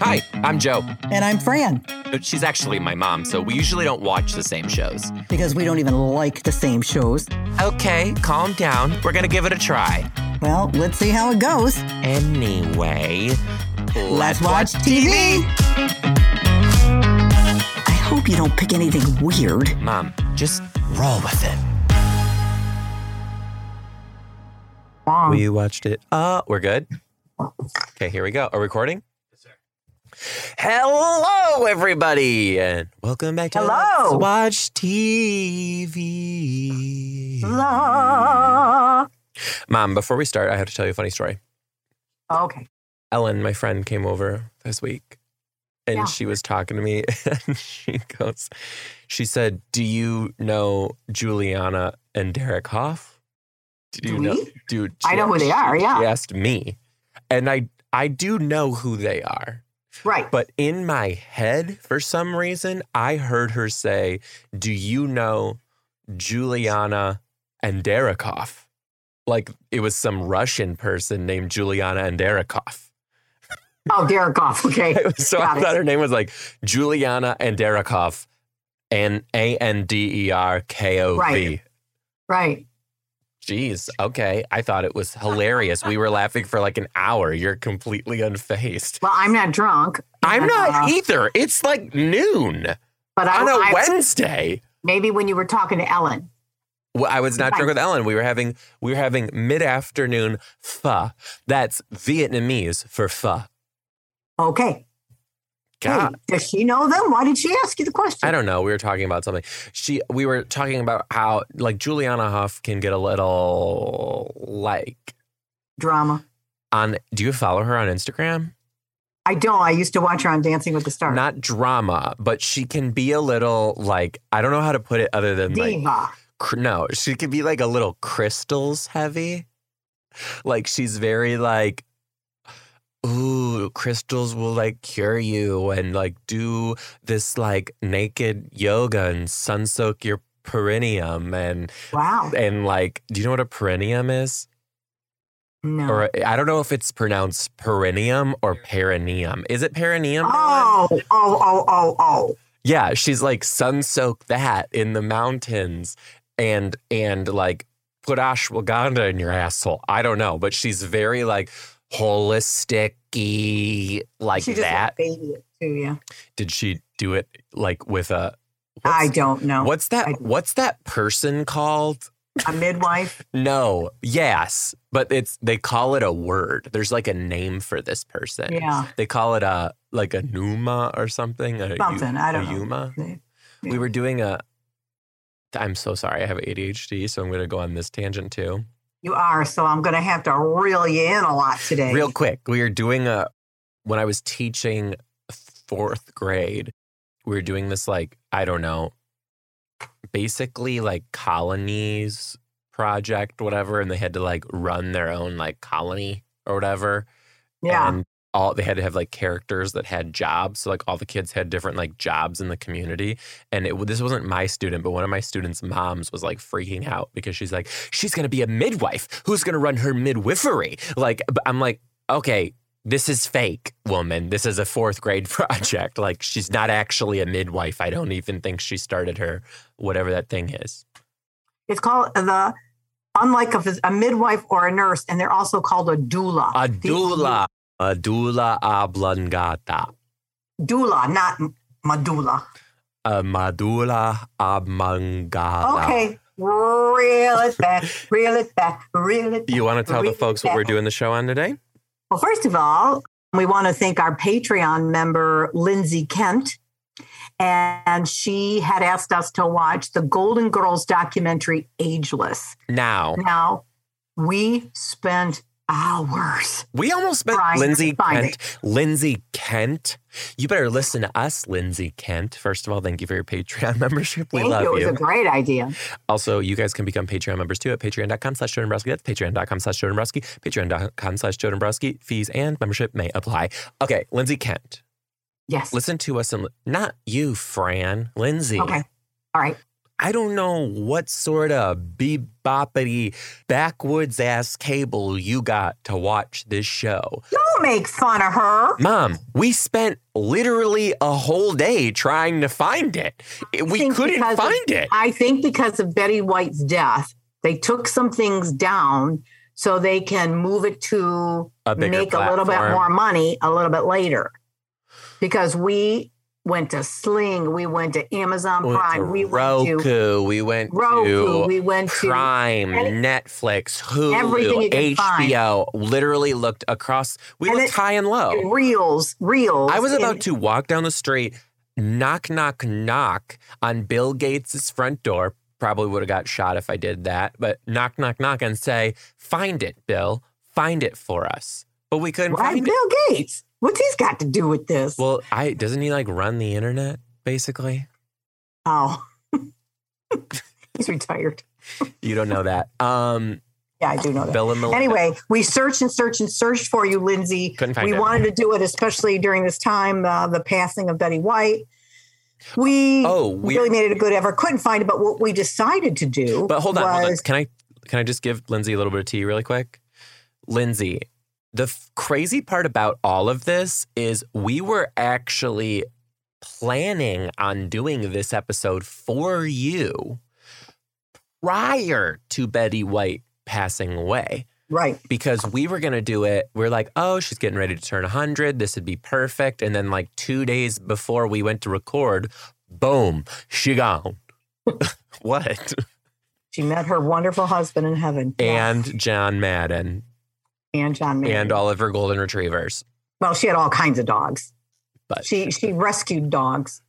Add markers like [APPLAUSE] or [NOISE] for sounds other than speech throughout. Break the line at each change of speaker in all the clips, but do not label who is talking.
Hi, I'm Joe.
And I'm Fran,
But She's actually my mom, so we usually don't watch the same shows.
because we don't even like the same shows.
Okay, calm down. We're gonna give it a try.
Well, let's see how it goes.
Anyway,
Let's watch TV. I hope you don't pick anything weird.
Mom, just roll with it. We watched it. Uh, we're good. Okay, here we go. Are we recording? Yes, sir. Hello, everybody, and welcome back to
Hello.
Let's Watch TV.
La.
Mom, before we start, I have to tell you a funny story.
Okay.
Ellen, my friend, came over this week and
Yeah.
she was talking to me [LAUGHS] and she goes, she said, Do you know Juliana and Derek Hoff? Did
Do
you know?
we?
Dude,
I know who they
she-
are, yeah.
She asked me. And I I do know who they are.
Right.
But in my head, for some reason, I heard her say, Do you know Juliana and Derekov? Like it was some Russian person named Juliana and Derekov.
Oh, Derek Goff. Okay.
[LAUGHS] so
Got
I
it.
thought her name was like Juliana Anderikov and A N D E R K O V.
Right. Right.
Jeez, okay. I thought it was hilarious. we were laughing for like an hour. You're completely unfazed.
Well, I'm not drunk.
I'm not
Uh,
either. It's like noon
But
on a
I, I
Wednesday.
maybe when you were talking to Ellen.
Well, I was not
Right.
drunk with Ellen. We were having we were having mid afternoon pho. That's Vietnamese for pho.
Okay.
God,
Hey, does she know them? Why did she ask you the question?
I don't know. We were talking about something. She, we were talking about how like Juliana Hoff can get a little like
Drama.
on. Do you follow her on Instagram?
I don't. I used to watch her on Dancing with the Stars.
Not drama, but she can be a little like I don't know how to put it other than like
Diva.
cr- no, she can be like a little crystals heavy. Like she's very like. Ooh, crystals will like cure you and like do this like naked yoga and sun soak your perineum and
Wow.
and like, do you know what a perineum is?
No.
Or I don't know if it's pronounced perineum or perineum. Is it perineum? Ellen?
Oh, oh, oh, oh, oh.
Yeah, she's like sun soak that in the mountains and and like put ashwagandha in your asshole. I don't know, but she's very like holistic like
she just
that.
baby it too, yeah.
Did she do it like with a
I
what's-
don't know.
What's
I-
that what's that person called? [LAUGHS]
A midwife?
No, yes, but it's they call it a word. There's like a name for this person.
Yeah.
They call it a like a pneuma or something. A,
Something, I don't
a
know.
Yuma.
Yeah.
We were doing a. I'm so sorry. I have ADHD, so I'm going to go on this tangent too.
You are, so I'm going to have to reel you in a lot today.
Real quick, we were doing a when I was teaching fourth grade. We were doing this like I don't know, basically like colonies project, whatever, and they had to like run their own like colony or whatever.
Yeah.
And all they had to have like characters that had jobs. So like all the kids had different like jobs in the community. And it, this wasn't my student, but one of my students' moms was like freaking out because she's like, she's gonna be a midwife. Who's gonna run her midwifery? Like but I'm like, okay. This is fake, woman. This is a fourth grade [LAUGHS] project. Like, she's not actually a midwife. I don't even think she started her, whatever that thing is.
It's called the, unlike a, phys- a midwife or a nurse, and they're also called a doula.
A
The-
doula. A doula oblongata.
Doula, not m- medulla.
A madula abmangala.
Okay. Reel it back, reel it back, reel it back.
You want to tell the folks what we're doing the show on today?
Well, first of all, we want to thank our Patreon member, Lindsay Kent. And she had asked us to watch the Golden Girls documentary, Ageless.
Now,
Now, we spent hours.
we almost spent
Right,
Lindsay
find
Kent. Lindsay Kent. You better listen to us, Lindsay Kent. First of all, thank you for your Patreon [LAUGHS] membership. We
Thank
love
you. It
you.
was a great idea.
Also, you guys can become Patreon members too at patreon.com slash Joe Dombrowski. That's patreon.com slash Joe Dombrowski. Patreon.com slash Joe Dombrowski. Fees and membership may apply. Okay, Lindsay Kent.
Yes.
Listen to us and not you, Fran. Lindsay.
Okay. All right.
I don't know what sort of bebopity backwoods ass cable you got to watch this show.
No, don't make fun of her.
Mom, we spent literally a whole day trying to find it. It- We
think
couldn't
because of-
find it.
I think because of Betty White's death, they took some things down so they can move it to
A bigger
make a little bit
platform.
more money a little bit later. Because we went to Sling, we went to Amazon
We went
Prime,
to
we
Roku.
went to
we went
Roku,
to
we went to
Prime,
any-
Netflix,
Everything
Hulu,
you can find.
HBO. Literally looked across. We
And
looked
it-
high and low.
Reels, Reels.
I was
and-
about to walk down the street, knock, knock, knock on Bill Gates' front door. Probably would have got shot if I did that, but knock, knock, knock and say, Find it, Bill. Find it for us. But we couldn't
Why
find it.
Bill Gates? What's he's got to do with this?
Well, I doesn't he like run the internet, basically?
oh. [LAUGHS] he's retired.
You don't know that. Um
Yeah, I do know that.
Bill and Melinda.
Anyway, we searched and searched and searched for you, Lindsay.
Couldn't find
We
it.
wanted to do it, especially during this time, uh, the passing of Betty White. We
Oh, we
really made it a good effort. Couldn't find it, but what we decided to do
But hold on, hold on.
was
Can I can I just give Lindsay a little bit of tea really quick? Lindsay, the f- crazy part about all of this is we were actually planning on doing this episode for you prior to Betty White passing away
right.
because we were going to do it. We're like, oh, she's getting ready to turn 100. This would be perfect. And then, like, two days before we went to record, boom, she gone. [LAUGHS] what?
She met her wonderful husband in heaven
And John Madden
and John Mayer.
and all of her golden retrievers.
well, she had all kinds of dogs.
But
She she rescued dogs.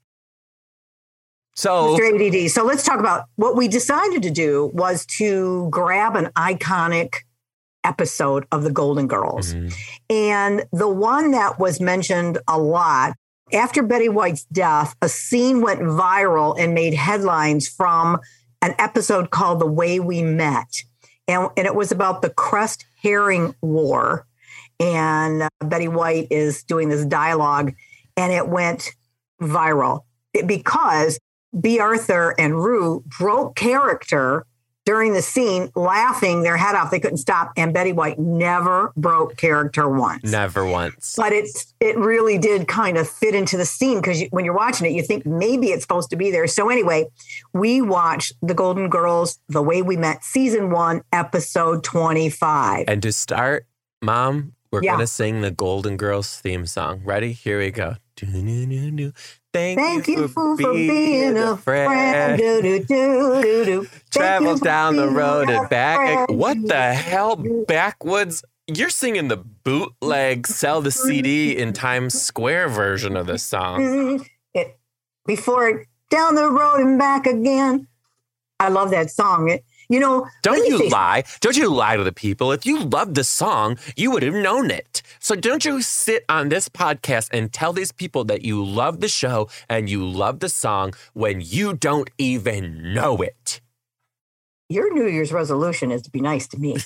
so,
Mr. ADD. So let's talk about what we decided to do was to grab an iconic episode of the Golden Girls.
Mhm.
And the one that was mentioned a lot after Betty White's death, a scene went viral and made headlines from an episode called The Way We Met. And, and it was about the Crest Herring War. And uh, Betty White is doing this dialogue, and it went viral It- because B. Arthur and Rue broke character during the scene, laughing their head off. They couldn't stop. And Betty White never broke character once.
never once.
But it's it really did kind of fit into the scene because you, when you're watching it, you think maybe it's supposed to be there. So anyway, we watched The Golden Girls: The Way We Met, season one, episode twenty-five.
And to start, Mom, we're
Yeah.
gonna sing the Golden Girls theme song. Ready? Here we go. Do-do-do-do-do. Thank,
Thank you for, for being a friend. Do, do, do, do, do.
Travel
you for
down the
being
road
a
and back.
friend.
What the hell? Backwoods? You're singing the bootleg sell the CD in Times Square version of this song.
It, before it, down the road and back again. I love that song. It, you know,
Don't
let me
you
say-
lie. Don't you lie to the people. If you loved the song, you would have known it. So don't you sit on this podcast and tell these people that you love the show and you love the song when you don't even know it.
Your New Year's resolution is to be nice to me.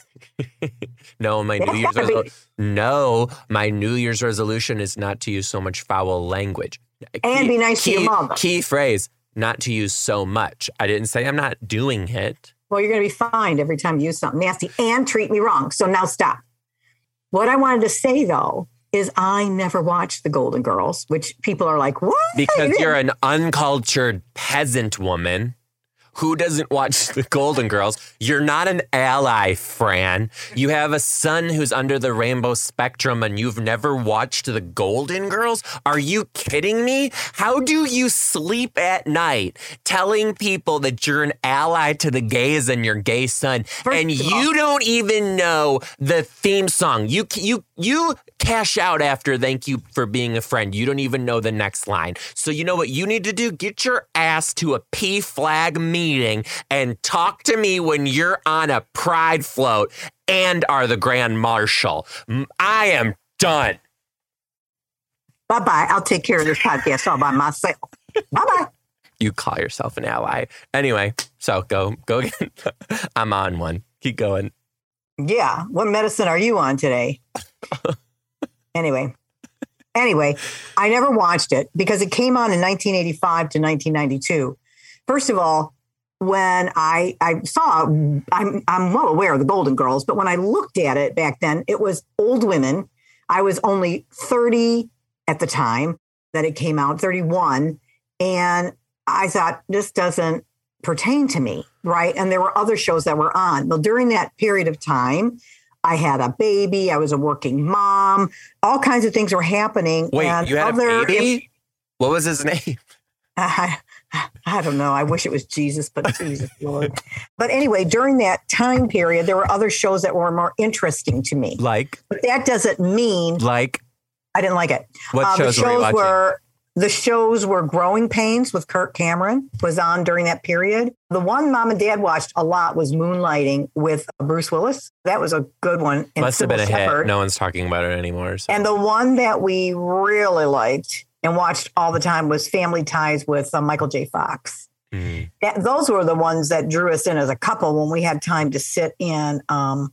No, my New
That's
Year's
gotta be-
resolution. No, my New Year's resolution is not to use so much foul language.
And be nice to your
key-
mother.
Key phrase: not to use so much. I didn't say I'm not doing it.
Well, you're going to be fined every time you use something nasty and treat me wrong. So now stop. What I wanted to say though is I never watched The Golden Girls, which people are like, what?
Because you're an uncultured peasant woman who doesn't watch the Golden Girls. You're not an ally, Fran. You have a son who's under the rainbow spectrum and you've never watched the Golden Girls? Are you kidding me? How do you sleep at night telling people that you're an ally to the gays and your gay son and
of
you
all-
don't even know the theme song. You you you cash out after thank you for being a friend. You don't even know the next line. So you know what you need to do? Get your ass to a P flag meeting and talk to me when you're on a pride float and are the grand marshal. M- I am done.
Bye bye. I'll take care of this podcast all by myself. bye bye.
You call yourself an ally. Anyway, so go go again. [LAUGHS] I'm on one. Keep going.
Yeah. What medicine are you
[LAUGHS]
on today? anyway. Anyway, I never watched it because it came on in 1985 to 1992. First of all, when I, I saw, I'm, I'm well aware of the Golden Girls, but when I looked at it back then, it was old women I was only 30 at the time that it came out, 31. And I thought, this doesn't pertain to me, right? And there were other shows that were on. Well, during that period of time, I had a baby. I was a working mom. All kinds of things were happening.
Wait,
and
you had
other,
a baby? what was his [LAUGHS] name?
I, I don't know. I wish it was Jesus, but Jesus Lord. But anyway, during that time period, there were other shows that were more interesting to me.
Like,
But that doesn't mean
like,
I didn't like it.
what
Uh,
shows,
the
were you
shows
watching?
were the shows were Growing Pains with Kirk Cameron was on during that period. The one mom and dad watched a lot was Moonlighting with uh, Bruce Willis. That was a good one. And
Must have been a
Sybil Shepherd.
hit. No one's talking about it anymore. So.
And the one that we really liked and watched all the time was Family Ties with uh, Michael J. Fox.
Mhm.
That, those were the ones that drew us in as a couple when we had time to sit and um,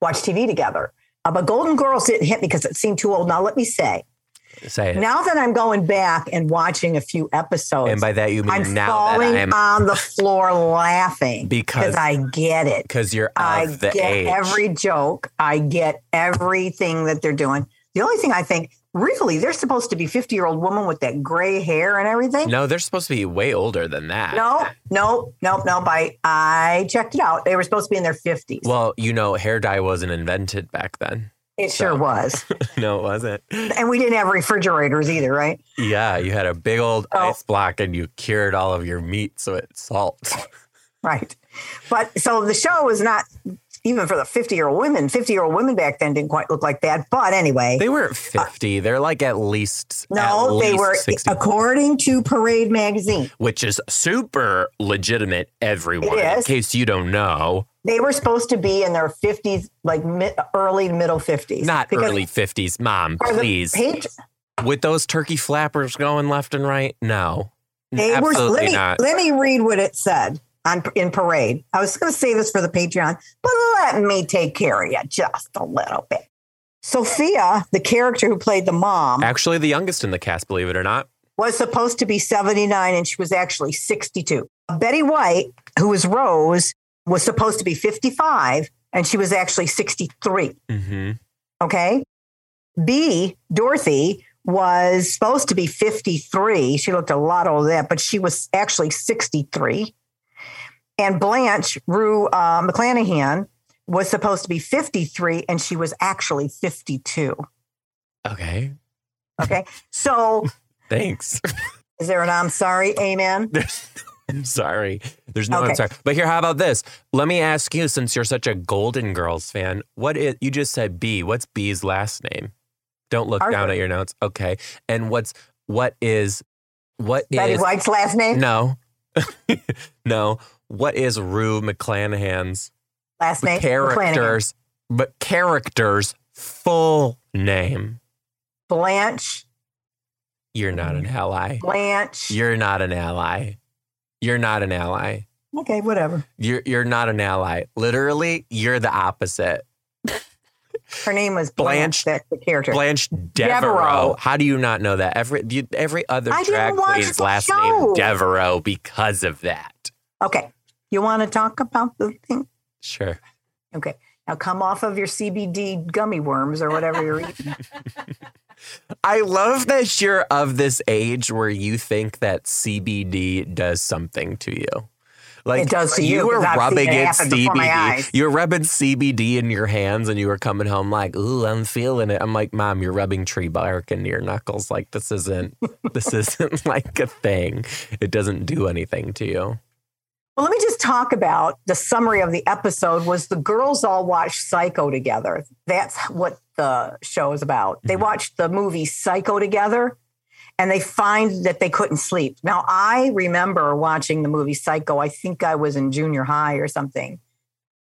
watch TV together. Uh, but Golden Girls didn't hit me because it seemed too old. Now, let me say,
Say it.
now that I'm going back and watching a few episodes,
and by that you mean
I'm
now
falling
that I am [LAUGHS]
on the floor laughing
because
I get it.
because you're of
I
the
get
age.
every joke. I get everything that they're doing. The only thing I think, really, they're supposed to be 50 year old woman with that gray hair and everything.
no, they're supposed to be way older than that.
No, no, no, no. I, I checked it out. They were supposed to be in their 50s.
Well, you know, hair dye wasn't invented back then. [LAUGHS]
it sure
so.
was.
no, it wasn't.
and we didn't have refrigerators either, right?
Yeah, you had a big old
Oh.
ice block and you cured all of your meat so it
[LAUGHS]
salts.
Uh, Right. But so the show was not even for the 50 year old women. 50 year old women back then didn't quite look like that. But anyway.
They weren't 50. They're like at least
no,
at
they
least
were,
60,
according to Parade magazine,
which is super legitimate everyone in
is.
case you don't know.
they were supposed to be in their 50s, like mid, early to middle 50s.
Not
Because
early 50s, mom,
for the
please.
Patri-
With those turkey flappers going left and right? No.
they were,
Absolutely
let, me,
not.
let me read what it said on in Parade. I was going to say this for the Patreon, but let me take care of you just a little bit. Sophia, the character who played the mom,
Actually, the youngest in the cast, believe it or not.
was supposed to be 79 and she was actually 62. Betty White, who was Rose, was supposed to be 55 and she was actually 63.
hmm
Okay. B, Dorothy, was supposed to be 53. She looked a lot older than that, but she was actually 63. And Blanche, Rue uh, McClanahan, was supposed to be 53 and she was actually 52.
Okay.
Okay. So
Thanks. [LAUGHS]
is there an I'm sorry? Amen.
There's, I'm sorry. There's no I'm
Okay.
sorry. But here, how about this? Let me ask you, since you're such a Golden Girls fan, what is you just said B? What's B's last name? Don't look down
Arthur.
at your notes. Okay. And what's what is what is
Betty White's last name?
no [LAUGHS] no what is Rue McClanahan's
last name McClanahan.
characters but characters full name?
Blanche,
You're not
Mm.
an ally.
Blanche.
You're not an ally. You're not an ally.
okay, whatever.
You're you're not an ally. Literally, you're the opposite.
Her name was
Blanche
Blanche. That's the character.
Blanche Devereaux.
Devereaux.
How do you not know that? Every you- every other
I didn't
drag
watch
queen's
the
last
show.
name Devereaux because of that.
Okay, you want to talk about the thing?
Sure.
Okay, now come off of your CBD gummy worms or whatever you're eating.
I love that you're of this age where you think that CBD does something to you. Like
It does to you,
were
'cause I've seen
rubbing
it
in
happen before my
CBD.
eyes.
You're rubbing CBD in your hands, and you were coming home like, "Ooh, I'm feeling it." I'm like, "Mom, you're rubbing tree bark into your knuckles. Like this
[LAUGHS]
isn't this isn't like a thing. It doesn't do anything to you."
Well, let me just talk about the summary of the episode. Was the girls all watched Psycho together? That's what the show is about. They
Mhm.
watched the movie Psycho together. And they find that they couldn't sleep. Now, I remember watching the movie Psycho. I think I was in junior high or something.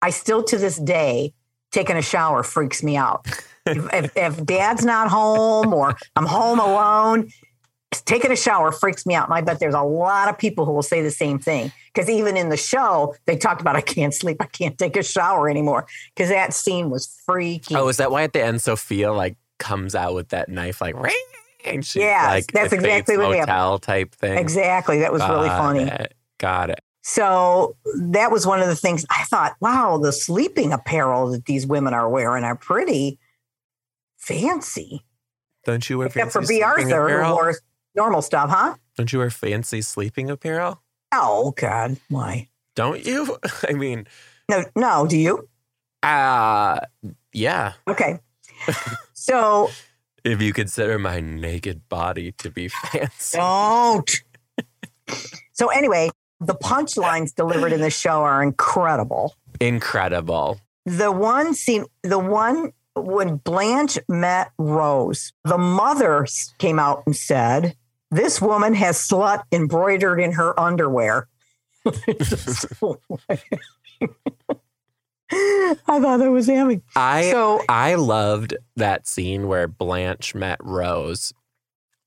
I still to this day taking a shower freaks me out. if, if, if dad's not home or I'm home alone, taking a shower freaks me out. And I bet there's a lot of people who will say the same thing because even in the show they talked about I can't sleep, I can't take a shower anymore because that scene was freaky.
Oh, is that why at the end Sophia like comes out with that knife like ring? And she's
Yes,
like
that's
a Bates
exactly what happened.
motel type thing.
exactly, that was really
Got
funny.
it. Got it.
So that was one of the things I thought, wow, the sleeping apparel that these women are wearing are pretty fancy.
Don't you wear
Except
fancy
for B.
sleeping
Arthur, who
apparel?
wore normal stuff, huh?
Don't you wear fancy sleeping apparel?
Oh, God. Why?
Don't you? [LAUGHS] I mean,
No, no, do you?
uh yeah. [LAUGHS]
Okay. so
If you consider my naked body to be [LAUGHS] fancy.
don't. so, anyway, the punchlines delivered in the show are incredible.
Incredible.
The one scene, the one when Blanche met Rose, the mother s- came out and said, This woman has slut embroidered in her underwear. [LAUGHS] I thought that was Amy.
I
so,
I loved that scene where Blanche met Rose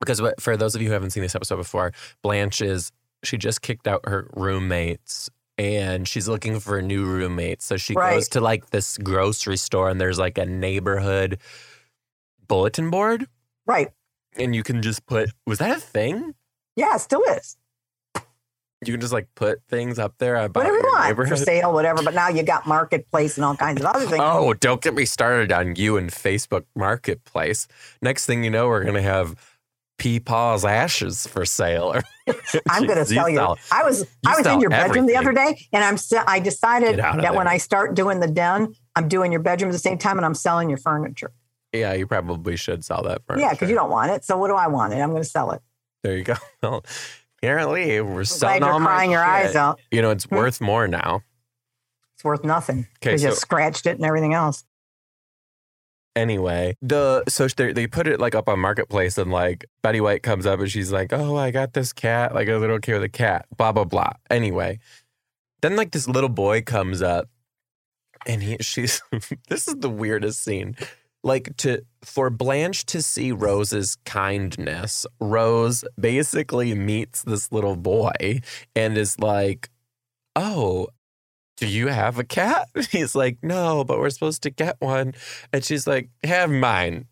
because what, for those of you who haven't seen this episode before, Blanche is she just kicked out her roommates and she's looking for new roommates. So she
Right.
goes to like this grocery store and there's like a neighborhood bulletin board
right.
and you can just put was that a thing?
Yeah, it still is.
You can just like put things up there about
whatever you
your
want for
neighborhood.
sale, whatever. But now you got marketplace and all kinds of other things.
Oh, don't get me started on you and Facebook Marketplace. Next thing you know, we're gonna have Peepaw's ashes for sale.
[LAUGHS]
[LAUGHS]
I'm going to
Jeez,
tell you.
sell-
I was I was
sell
in your bedroom the other day, and I'm se- I decided
Get out of
that when
there.
I start doing the den, I'm doing your bedroom at the same time, and I'm selling your furniture.
yeah, you probably should sell that furniture.
Yeah, because you don't want it. So what do I want it? I'm going to sell it.
There you go. [LAUGHS] Well, apparently, we're
I'm
selling
glad you're
all my
crying your eyes
shit.
out.
You know, it's
Hmm.
worth more now.
It's worth nothing
'Kay,
because you
so-
scratched it and everything else.
Anyway, the so they they put it like up on marketplace, and like Betty White comes up and she's like, "Oh, I got this cat. Like I don't care with a cat." Blah blah blah. Anyway, then like this little boy comes up, and he she's [LAUGHS] this is the weirdest scene. Like to for Blanche to see Rose's kindness, Rose basically meets this little boy and is like, "Oh, do you have a cat?" [LAUGHS] He's like, "No, but we're supposed to get one." And she's like, "Have mine."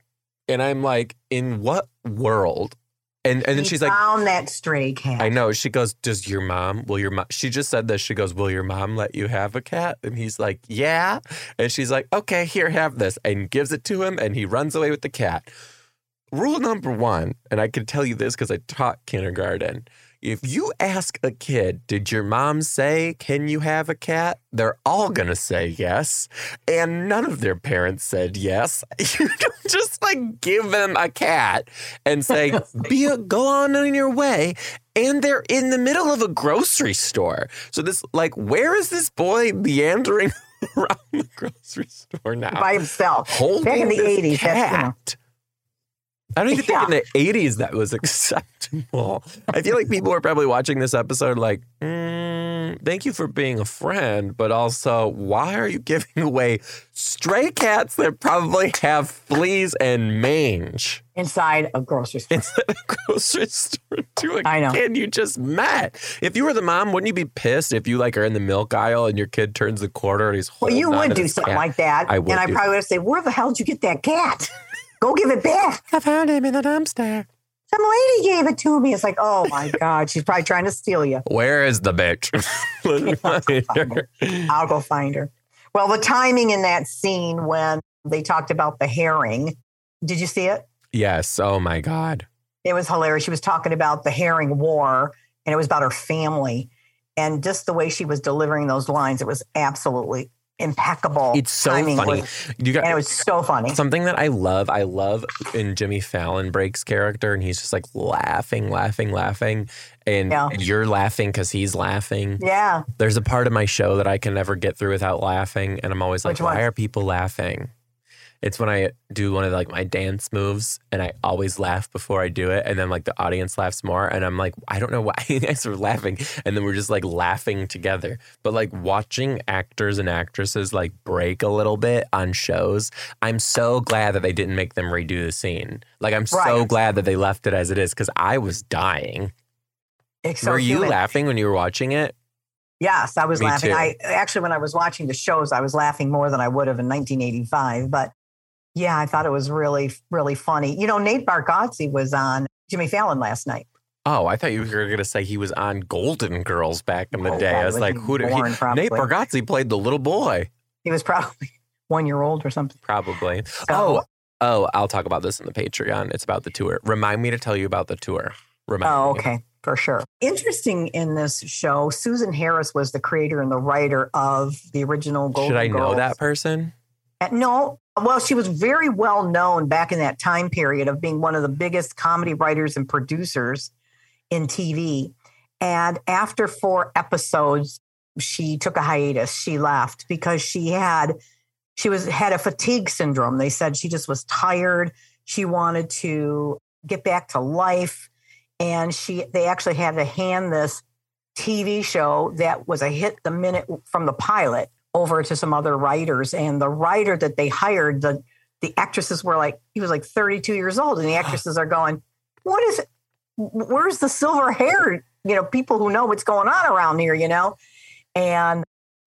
And I'm like, "In what world?" And and then
He
she's like,
found that stray cat.
I know. She goes, Does your mom, will your mom, she just said this. She goes, Will your mom let you have a cat? And he's like, Yeah. And she's like, Okay, here, have this. And gives it to him and he runs away with the cat. Rule number one, and I can tell you this because I taught kindergarten. If you ask a kid, Did your mom say, Can you have a cat? They're all going to say yes. And none of their parents said yes. [LAUGHS] You don't just like give them a cat and say, be a, go on on your way. And they're in the middle of a grocery store. So this, like, where is this boy meandering [LAUGHS] around the grocery store now?
[LAUGHS] by himself.
Holding
back in the
this
80s, that's, you know.
cat. I don't even think in the 80s that was [LAUGHS] acceptable. I feel like people were probably watching this episode like, mm, thank you for being a friend, but also, why are you giving away stray cats that probably have fleas and mange? [LAUGHS]
Inside a grocery store.
It's at a grocery store to a
I know.
kid you just met. If you were the mom, wouldn't you be pissed if you like are in the milk aisle and your kid turns the corner and he's
Well,
holding on
you
to
would do
this
something
cat?
like that.
I would
and I
do-
probably would say, Where the hell did you get that cat? Go give it back.
I found him in the dumpster.
Some lady gave it to me. It's like, oh my [LAUGHS] God, she's probably trying to steal you.
Where is the bitch? Let me find her.
I'll go find her. Well, the timing in that scene when they talked about the herring, did you see it?
yes. Oh my God.
It was hilarious. She was talking about the herring war and it was about her family. And just the way she was delivering those lines, it was absolutely impeccable.
It's so
Timing
funny.
was-
You got
and it was so funny.
Something that I love, I love in Jimmy Fallon Break's character, and he's just like laughing, laughing, laughing. And
Yeah.
you're laughing because he's laughing.
Yeah.
There's a part of my show that I can never get through without laughing, and I'm always like,
Which one?
"Why are people laughing?" It's when I do one of like my dance moves, and I always laugh before I do it, and then like the audience laughs more, and I'm like, "I don't know why [LAUGHS] you guys are laughing," and then we're just like laughing together. But like watching actors and actresses like break a little bit on shows, I'm so glad that they didn't make them redo the scene. Like I'm so
Right.
glad that they left it as it is because I was dying.
It's so
Were you
human.
laughing when you were watching it?
Yes, I was
Me
laughing.
too.
I actually, when I was watching the shows, I was laughing more than I would have in 1985. But yeah, I thought it was really, really funny. You know, Nate Bargatze was on Jimmy Fallon last night.
Oh, I thought you were going to say he was on Golden Girls back in the
Oh,
day.
God,
I was
when
like,
he
who did he?
born, probably.
Nate Bargatze played the little boy,
[LAUGHS] He was probably one year old or something.
probably.
So,
oh, Oh, I'll talk about this in the Patreon. It's about the tour. Remind me to tell you about the tour. Remind
Oh,
me.
okay. For sure. Interesting in this show, Susan Harris was the creator and the writer of the original Golden
Should I know
Girls.
that person?
Uh, No. Well, she was very well known back in that time period of being one of the biggest comedy writers and producers in TV. And after four episodes, she took a hiatus. She left because she had she was had a fatigue syndrome. They said she just was tired. She wanted to get back to life. And she they actually had to hand this TV show that was a hit the minute from the pilot over to some other writers and the writer that they hired the the actresses were like he was like 32 years old and the actresses are going what is where's the silver hair you know people who know what's going on around here you know and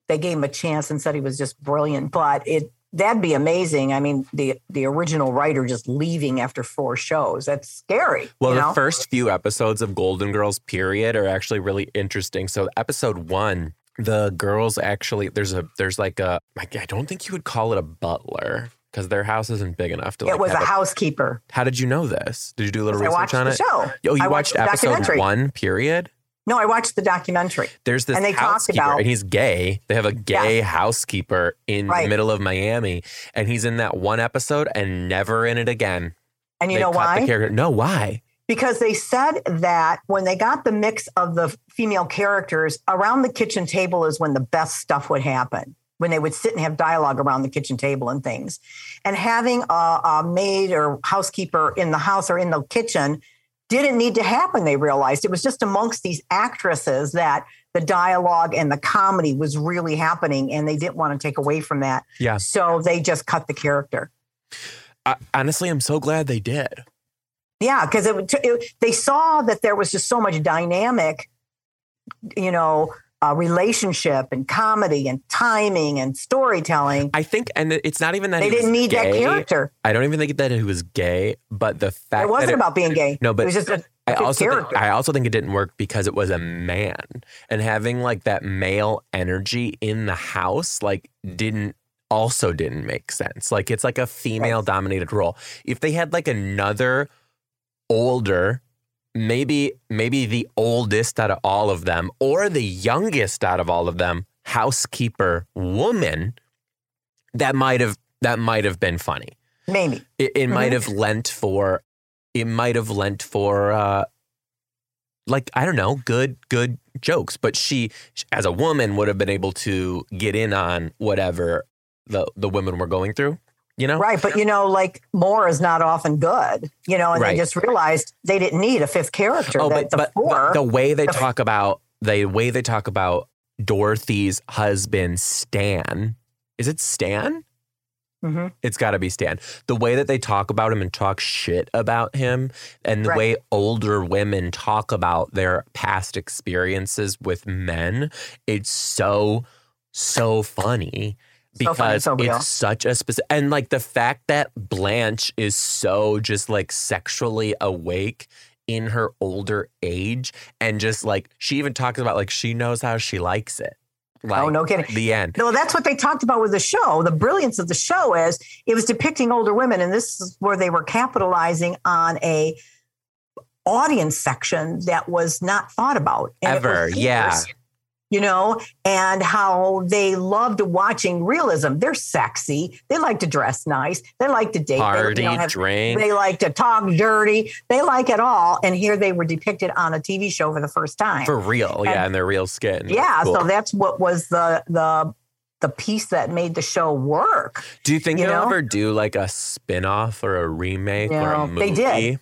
they gave him a chance and said he was just brilliant but it that'd be amazing i mean the the original writer just leaving after four shows that's scary
Well,
you
the
know?
first few episodes of Golden Girls, period, are actually really interesting. So, episode one, the girls actually there's a there's like a I I don't think you would call it a butler because their house isn't big enough to. Like
it was a
have
housekeeper
How did you know this? Did you do a little
'cause i
research
watched
on
the
it?
show
Oh, you
I
watched,
watched the
episode
documentary.
one, period.
no i watched the documentary
There's this
And they talked
housekeeper,
about-
and he's gay. They have a gay housekeeper in the
Right.
middle of Miami, and he's in that one episode and never in it again.
and you
They
know
cut
why
The character. No, why?
because they said that when they got the mix of the female characters around the kitchen table is when the best stuff would happen when they would sit and have dialogue around the kitchen table and things and having a, a maid or housekeeper in the house or in the kitchen didn't need to happen they realized it was just amongst these actresses that the dialogue and the comedy was really happening and they didn't want to take away from that
Yeah.
so they just cut the character
I, honestly, I'm so glad they did.
Yeah, because it, would- it they saw that there was just so much dynamic, you know, uh, relationship and comedy and timing and storytelling.
I think, and it's not even that
They
he was
didn't need that
gay.
character.
I don't even think that he was gay, but the fact
It wasn't
that
about being gay.
No, but
it was just a,
I
his
also think,
character.
I also think it didn't work because it was a man and having like that male energy in the house like didn't also didn't make sense. Like it's like a female dominated role. If they had like another older maybe maybe the oldest out of all of them or the youngest out of all of them housekeeper woman that might have that might have been funny
maybe.
it, it might
Mhm.
have lent for it might have lent for uh like i don't know good good jokes but she as a woman would have been able to get in on whatever the the women were going through you know
Right. But, you know, like more is not often good, you know, and
Right.
they just realized they didn't need a fifth character.
oh
that
but,
the
but,
four,
but the way they
the-
talk about the way they talk about dorothy's husband stan is it stan
Mhm.
It's got to be Stan. The way that they talk about him and talk shit about him, and the
Right.
way older women talk about their past experiences with men, it's so, so funny
So funny,
because
so real.
it's such a specific. And like the fact that Blanche is so just like sexually awake in her older age, and just like she even talks about like she knows how she likes it. Like,
oh, no kidding.
The end.
No, that's what they talked about with the show. The brilliance of the show is it was depicting older women, and this is where they were capitalizing on a audience section that was not thought about And it was
Ever, yeah.
yours, You know, and how they loved watching realism. They're sexy. They like to dress nice. They like to date.
Party,
they, don't have-
drink.
they like to talk dirty. They like it all. And here they were depicted on a TV show for the first [LAUGHS] time.
For real, yeah,
And-
and their real skin.
Yeah,
Cool.
so that's what was the the the piece that made the show work.
do you think
you
they'll
know?
ever do like a spin-off or a remake or a
No,
movie?
they did.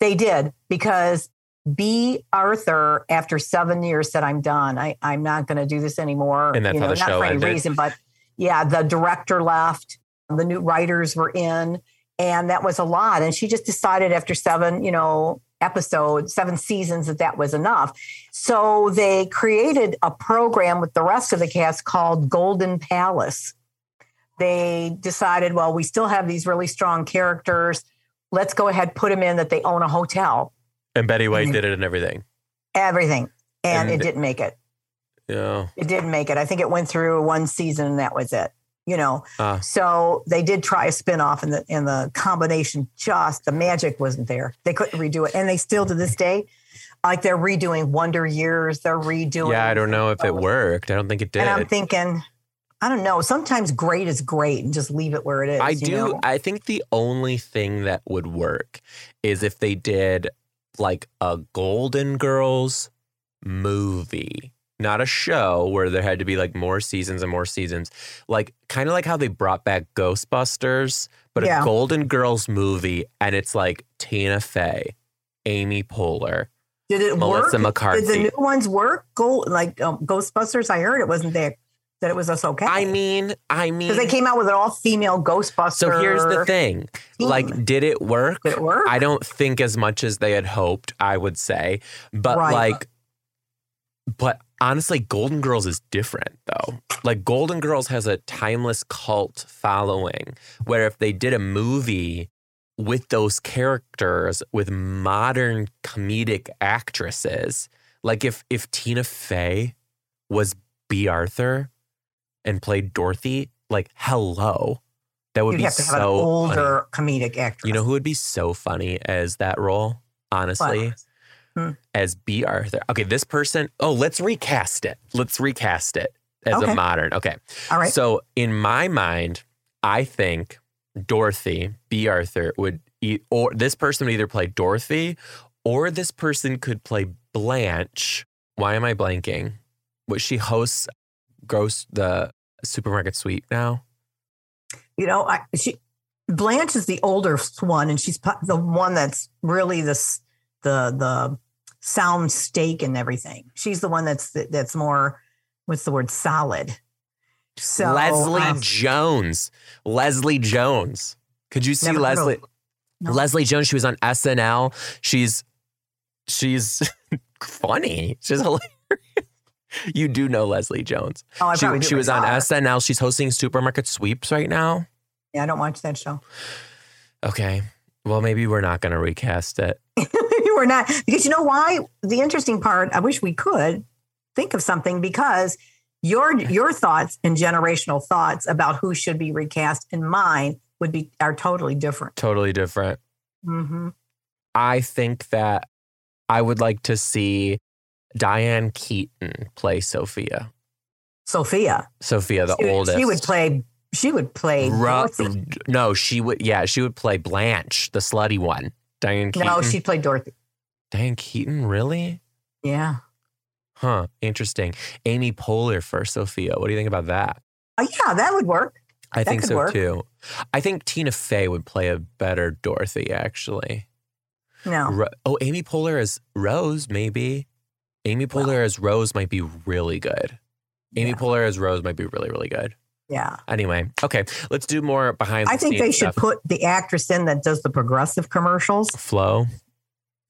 They did because B. Arthur, after seven years, said, "I'm done. I, I'm not going to do this anymore."
And that's how the
not
show
for
ended.
any reason, but yeah, the director left. The new writers were in, and that was a lot. And she just decided after seven, you know, episodes, seven seasons, that that was enough. So they created a program with the rest of the cast called Golden Palace. They decided, well, we still have these really strong characters. Let's go ahead, put them in that they own a hotel,
And Betty White
Mhm.
did it and everything.
everything. And,
And-
it didn't make it.
Yeah.
It didn't make it. I think it went through one season and that was it. you know.
Ah.
So they did try a spinoff and the and the combination just the magic wasn't there. They couldn't redo it. And they still to this day, like they're redoing Wonder Years, they're redoing
Yeah, I don't know if it worked. I don't think it did.
and I'm thinking, I don't know. Sometimes great is great and just leave it where it is.
I
you
do.
know?
I think the only thing that would work is if they did like a Golden Girls movie, not a show where there had to be like more seasons and more seasons, like kind of like how they brought back Ghostbusters, but a
Yeah.
Golden Girls movie, and it's like Tina Fey, Amy Poehler,
Did it work?
Melissa McCarthy.
Did the new ones work? Go like um, Ghostbusters. I heard it wasn't there that it was just okay.
I mean, I mean,
because they came out with an all female Ghostbuster.
so here's the thing:
team.
like, did it work?
did it work?
I don't think as much as they had hoped, I would say. But
Right.
like but honestly, Golden Girls is different though. Like Golden Girls has a timeless cult following where if they did a movie with those characters with modern comedic actresses, like if if Tina Fey was B Arthur and played Dorothy, like hello. That would
You'd
be
have to have
so
an
funny.
older comedic actress.
You know who would be so funny as that role? Honestly,
Hmm.
as B. Arthur. Okay, this person. Oh, let's recast it. Let's recast it as a
Okay.
modern. Okay.
All right.
So in my mind, I think Dorothy B. Arthur would, e- or this person would either play Dorothy, or this person could play Blanche. Why am I blanking? What she hosts, Ghost the Supermarket Suite now.
you know, I, she Blanche is the older one, and she's po- the one that's really the s- the the sound steak and everything. She's the one that's that's more what's the word solid. So
Leslie
um,
Jones. Leslie Jones. Could you see
Never heard of-
Leslie?
No.
Leslie Jones. She was on SNL. She's she's [LAUGHS] funny. She's hilarious. You do know Leslie Jones.
oh, I
She,
probably do
she was on
recall her.
SNL. She's hosting Supermarket Sweeps right now.
Yeah, I don't watch that show.
Okay. Well, maybe we're not going to recast it.
[LAUGHS] you were not because you know why the interesting part i wish we could think of something because your your thoughts and generational thoughts about who should be recast and mine would be are totally different
Totally different.
hmm
I think that I would like to see Diane Keaton play Sophia.
sophia
Sophia, the
she,
oldest.
she would play she would play
Ru-
Dorothy.
no, she would. Yeah, she would play Blanche, the slutty one. Diane Keaton.
no she played dorothy
Diane Keaton, really?
yeah
Huh. Interesting. Amy Poehler for Sophia. What do you think about that?
oh yeah that would work
I
That
think
could
so
work.
too. I think Tina Fey would play a better Dorothy, actually.
no
Ro- oh, Amy Poehler as Rose, maybe. Amy Poehler as Rose might be really good. Amy
Yeah.
Poehler as Rose might be really, really good.
yeah
Anyway, okay, let's do more behind. The
i think they
scenes
should
stuff.
put the actress in that does the progressive commercials
Flo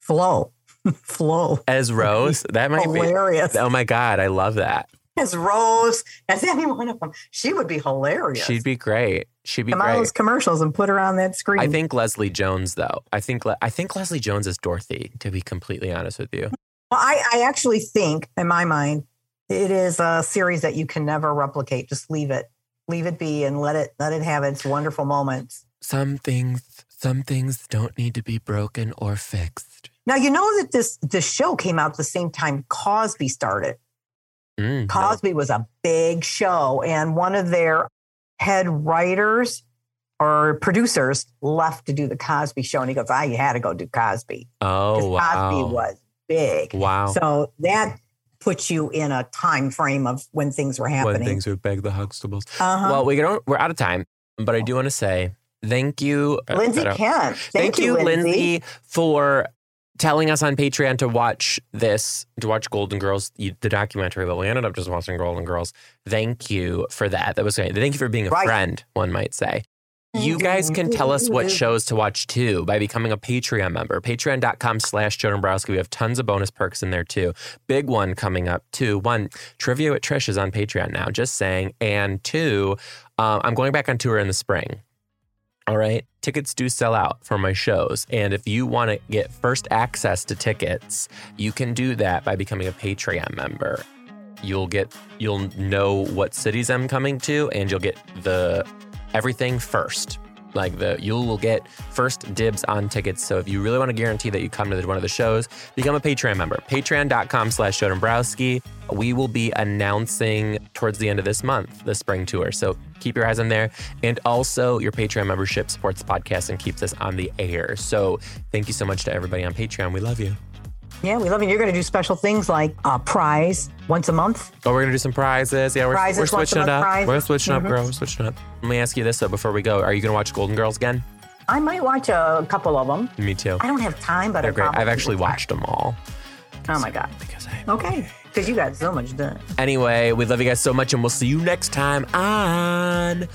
flow [LAUGHS] flow
as Rose. That might be
hilarious
Oh my God, I love that.
as Rose, as [LAUGHS] any one of them. She would be hilarious.
She'd be great. She'd be
Come out of
great.
those commercials and put her on that screen.
I think Leslie Jones, though. I think Le- I think Leslie Jones is Dorothy. To be completely honest with you,
well, I, I actually think, in my mind, it is a series that you can never replicate. Just leave it, leave it be, and let it let it have its wonderful moments.
some things some things don't need to be broken or fixed.
Now you know that this this show came out the same time Cosby started.
Mm, no.
Cosby was a big show, and one of their head writers or producers left to do the Cosby show, and he goes, "I had to go do Cosby."
Oh
because
wow!
Cosby was big.
wow.
So that puts you in a time frame of when things were
When
happening.
things would beg the Huxtables.
uh-huh.
Well, we don't, we're out of time, but I do want to say thank you, uh, I- I
Lindsay
don't-
Kent.
Thank, you, Lindsay. for telling us on Patreon to watch this, to watch Golden Girls, you- the documentary, but we ended up just watching Golden Girls. Thank you for that. That was great. Thank you for being a
Right.
friend, one might say. You guys can tell us what shows to watch too by becoming a Patreon member. Patreon.com slash Joe Dombrowski. We have tons of bonus perks in there too. Big one coming up too. One, Trivia with Trish is on Patreon now, just saying. And two, um, I'm going back on tour in the spring. All right. Tickets do sell out for my shows. And if you want to get first access to tickets, you can do that by becoming a Patreon member. You'll get you'll know what cities I'm coming to, and you'll get the everything first. Like the you will get first dibs on tickets. So if you really want to guarantee that you come to the, one of the shows, become a Patreon member. Patreon.com slash Dombrowski. We will be announcing towards the end of this month the spring tour. So keep your eyes on there. And also your Patreon membership supports the podcast and keeps us on the air. So thank you so much to everybody on Patreon. We love you.
Yeah, we love it. You're going to do special things like uh, prize once a month.
Oh, we're gonna do some prizes. Yeah, we're,
Prizes,
we're
lots
switching
of
it up.
prizes. Mm-hmm.
We're switching up, girl. We're switching up. Let me ask you this though before we go: Are you gonna watch Golden Girls again?
I might watch a couple of them.
Me too.
I don't have time, but
They're
I
great.
probably
I've actually
will.
watched them all.
Oh my god.
Because I-
Okay, because you got so much done.
Anyway, we love you guys so much, and we'll see you next time on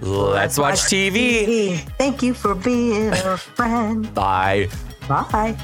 Let's Watch TV.
Thank you for being a friend.
Bye.
Bye.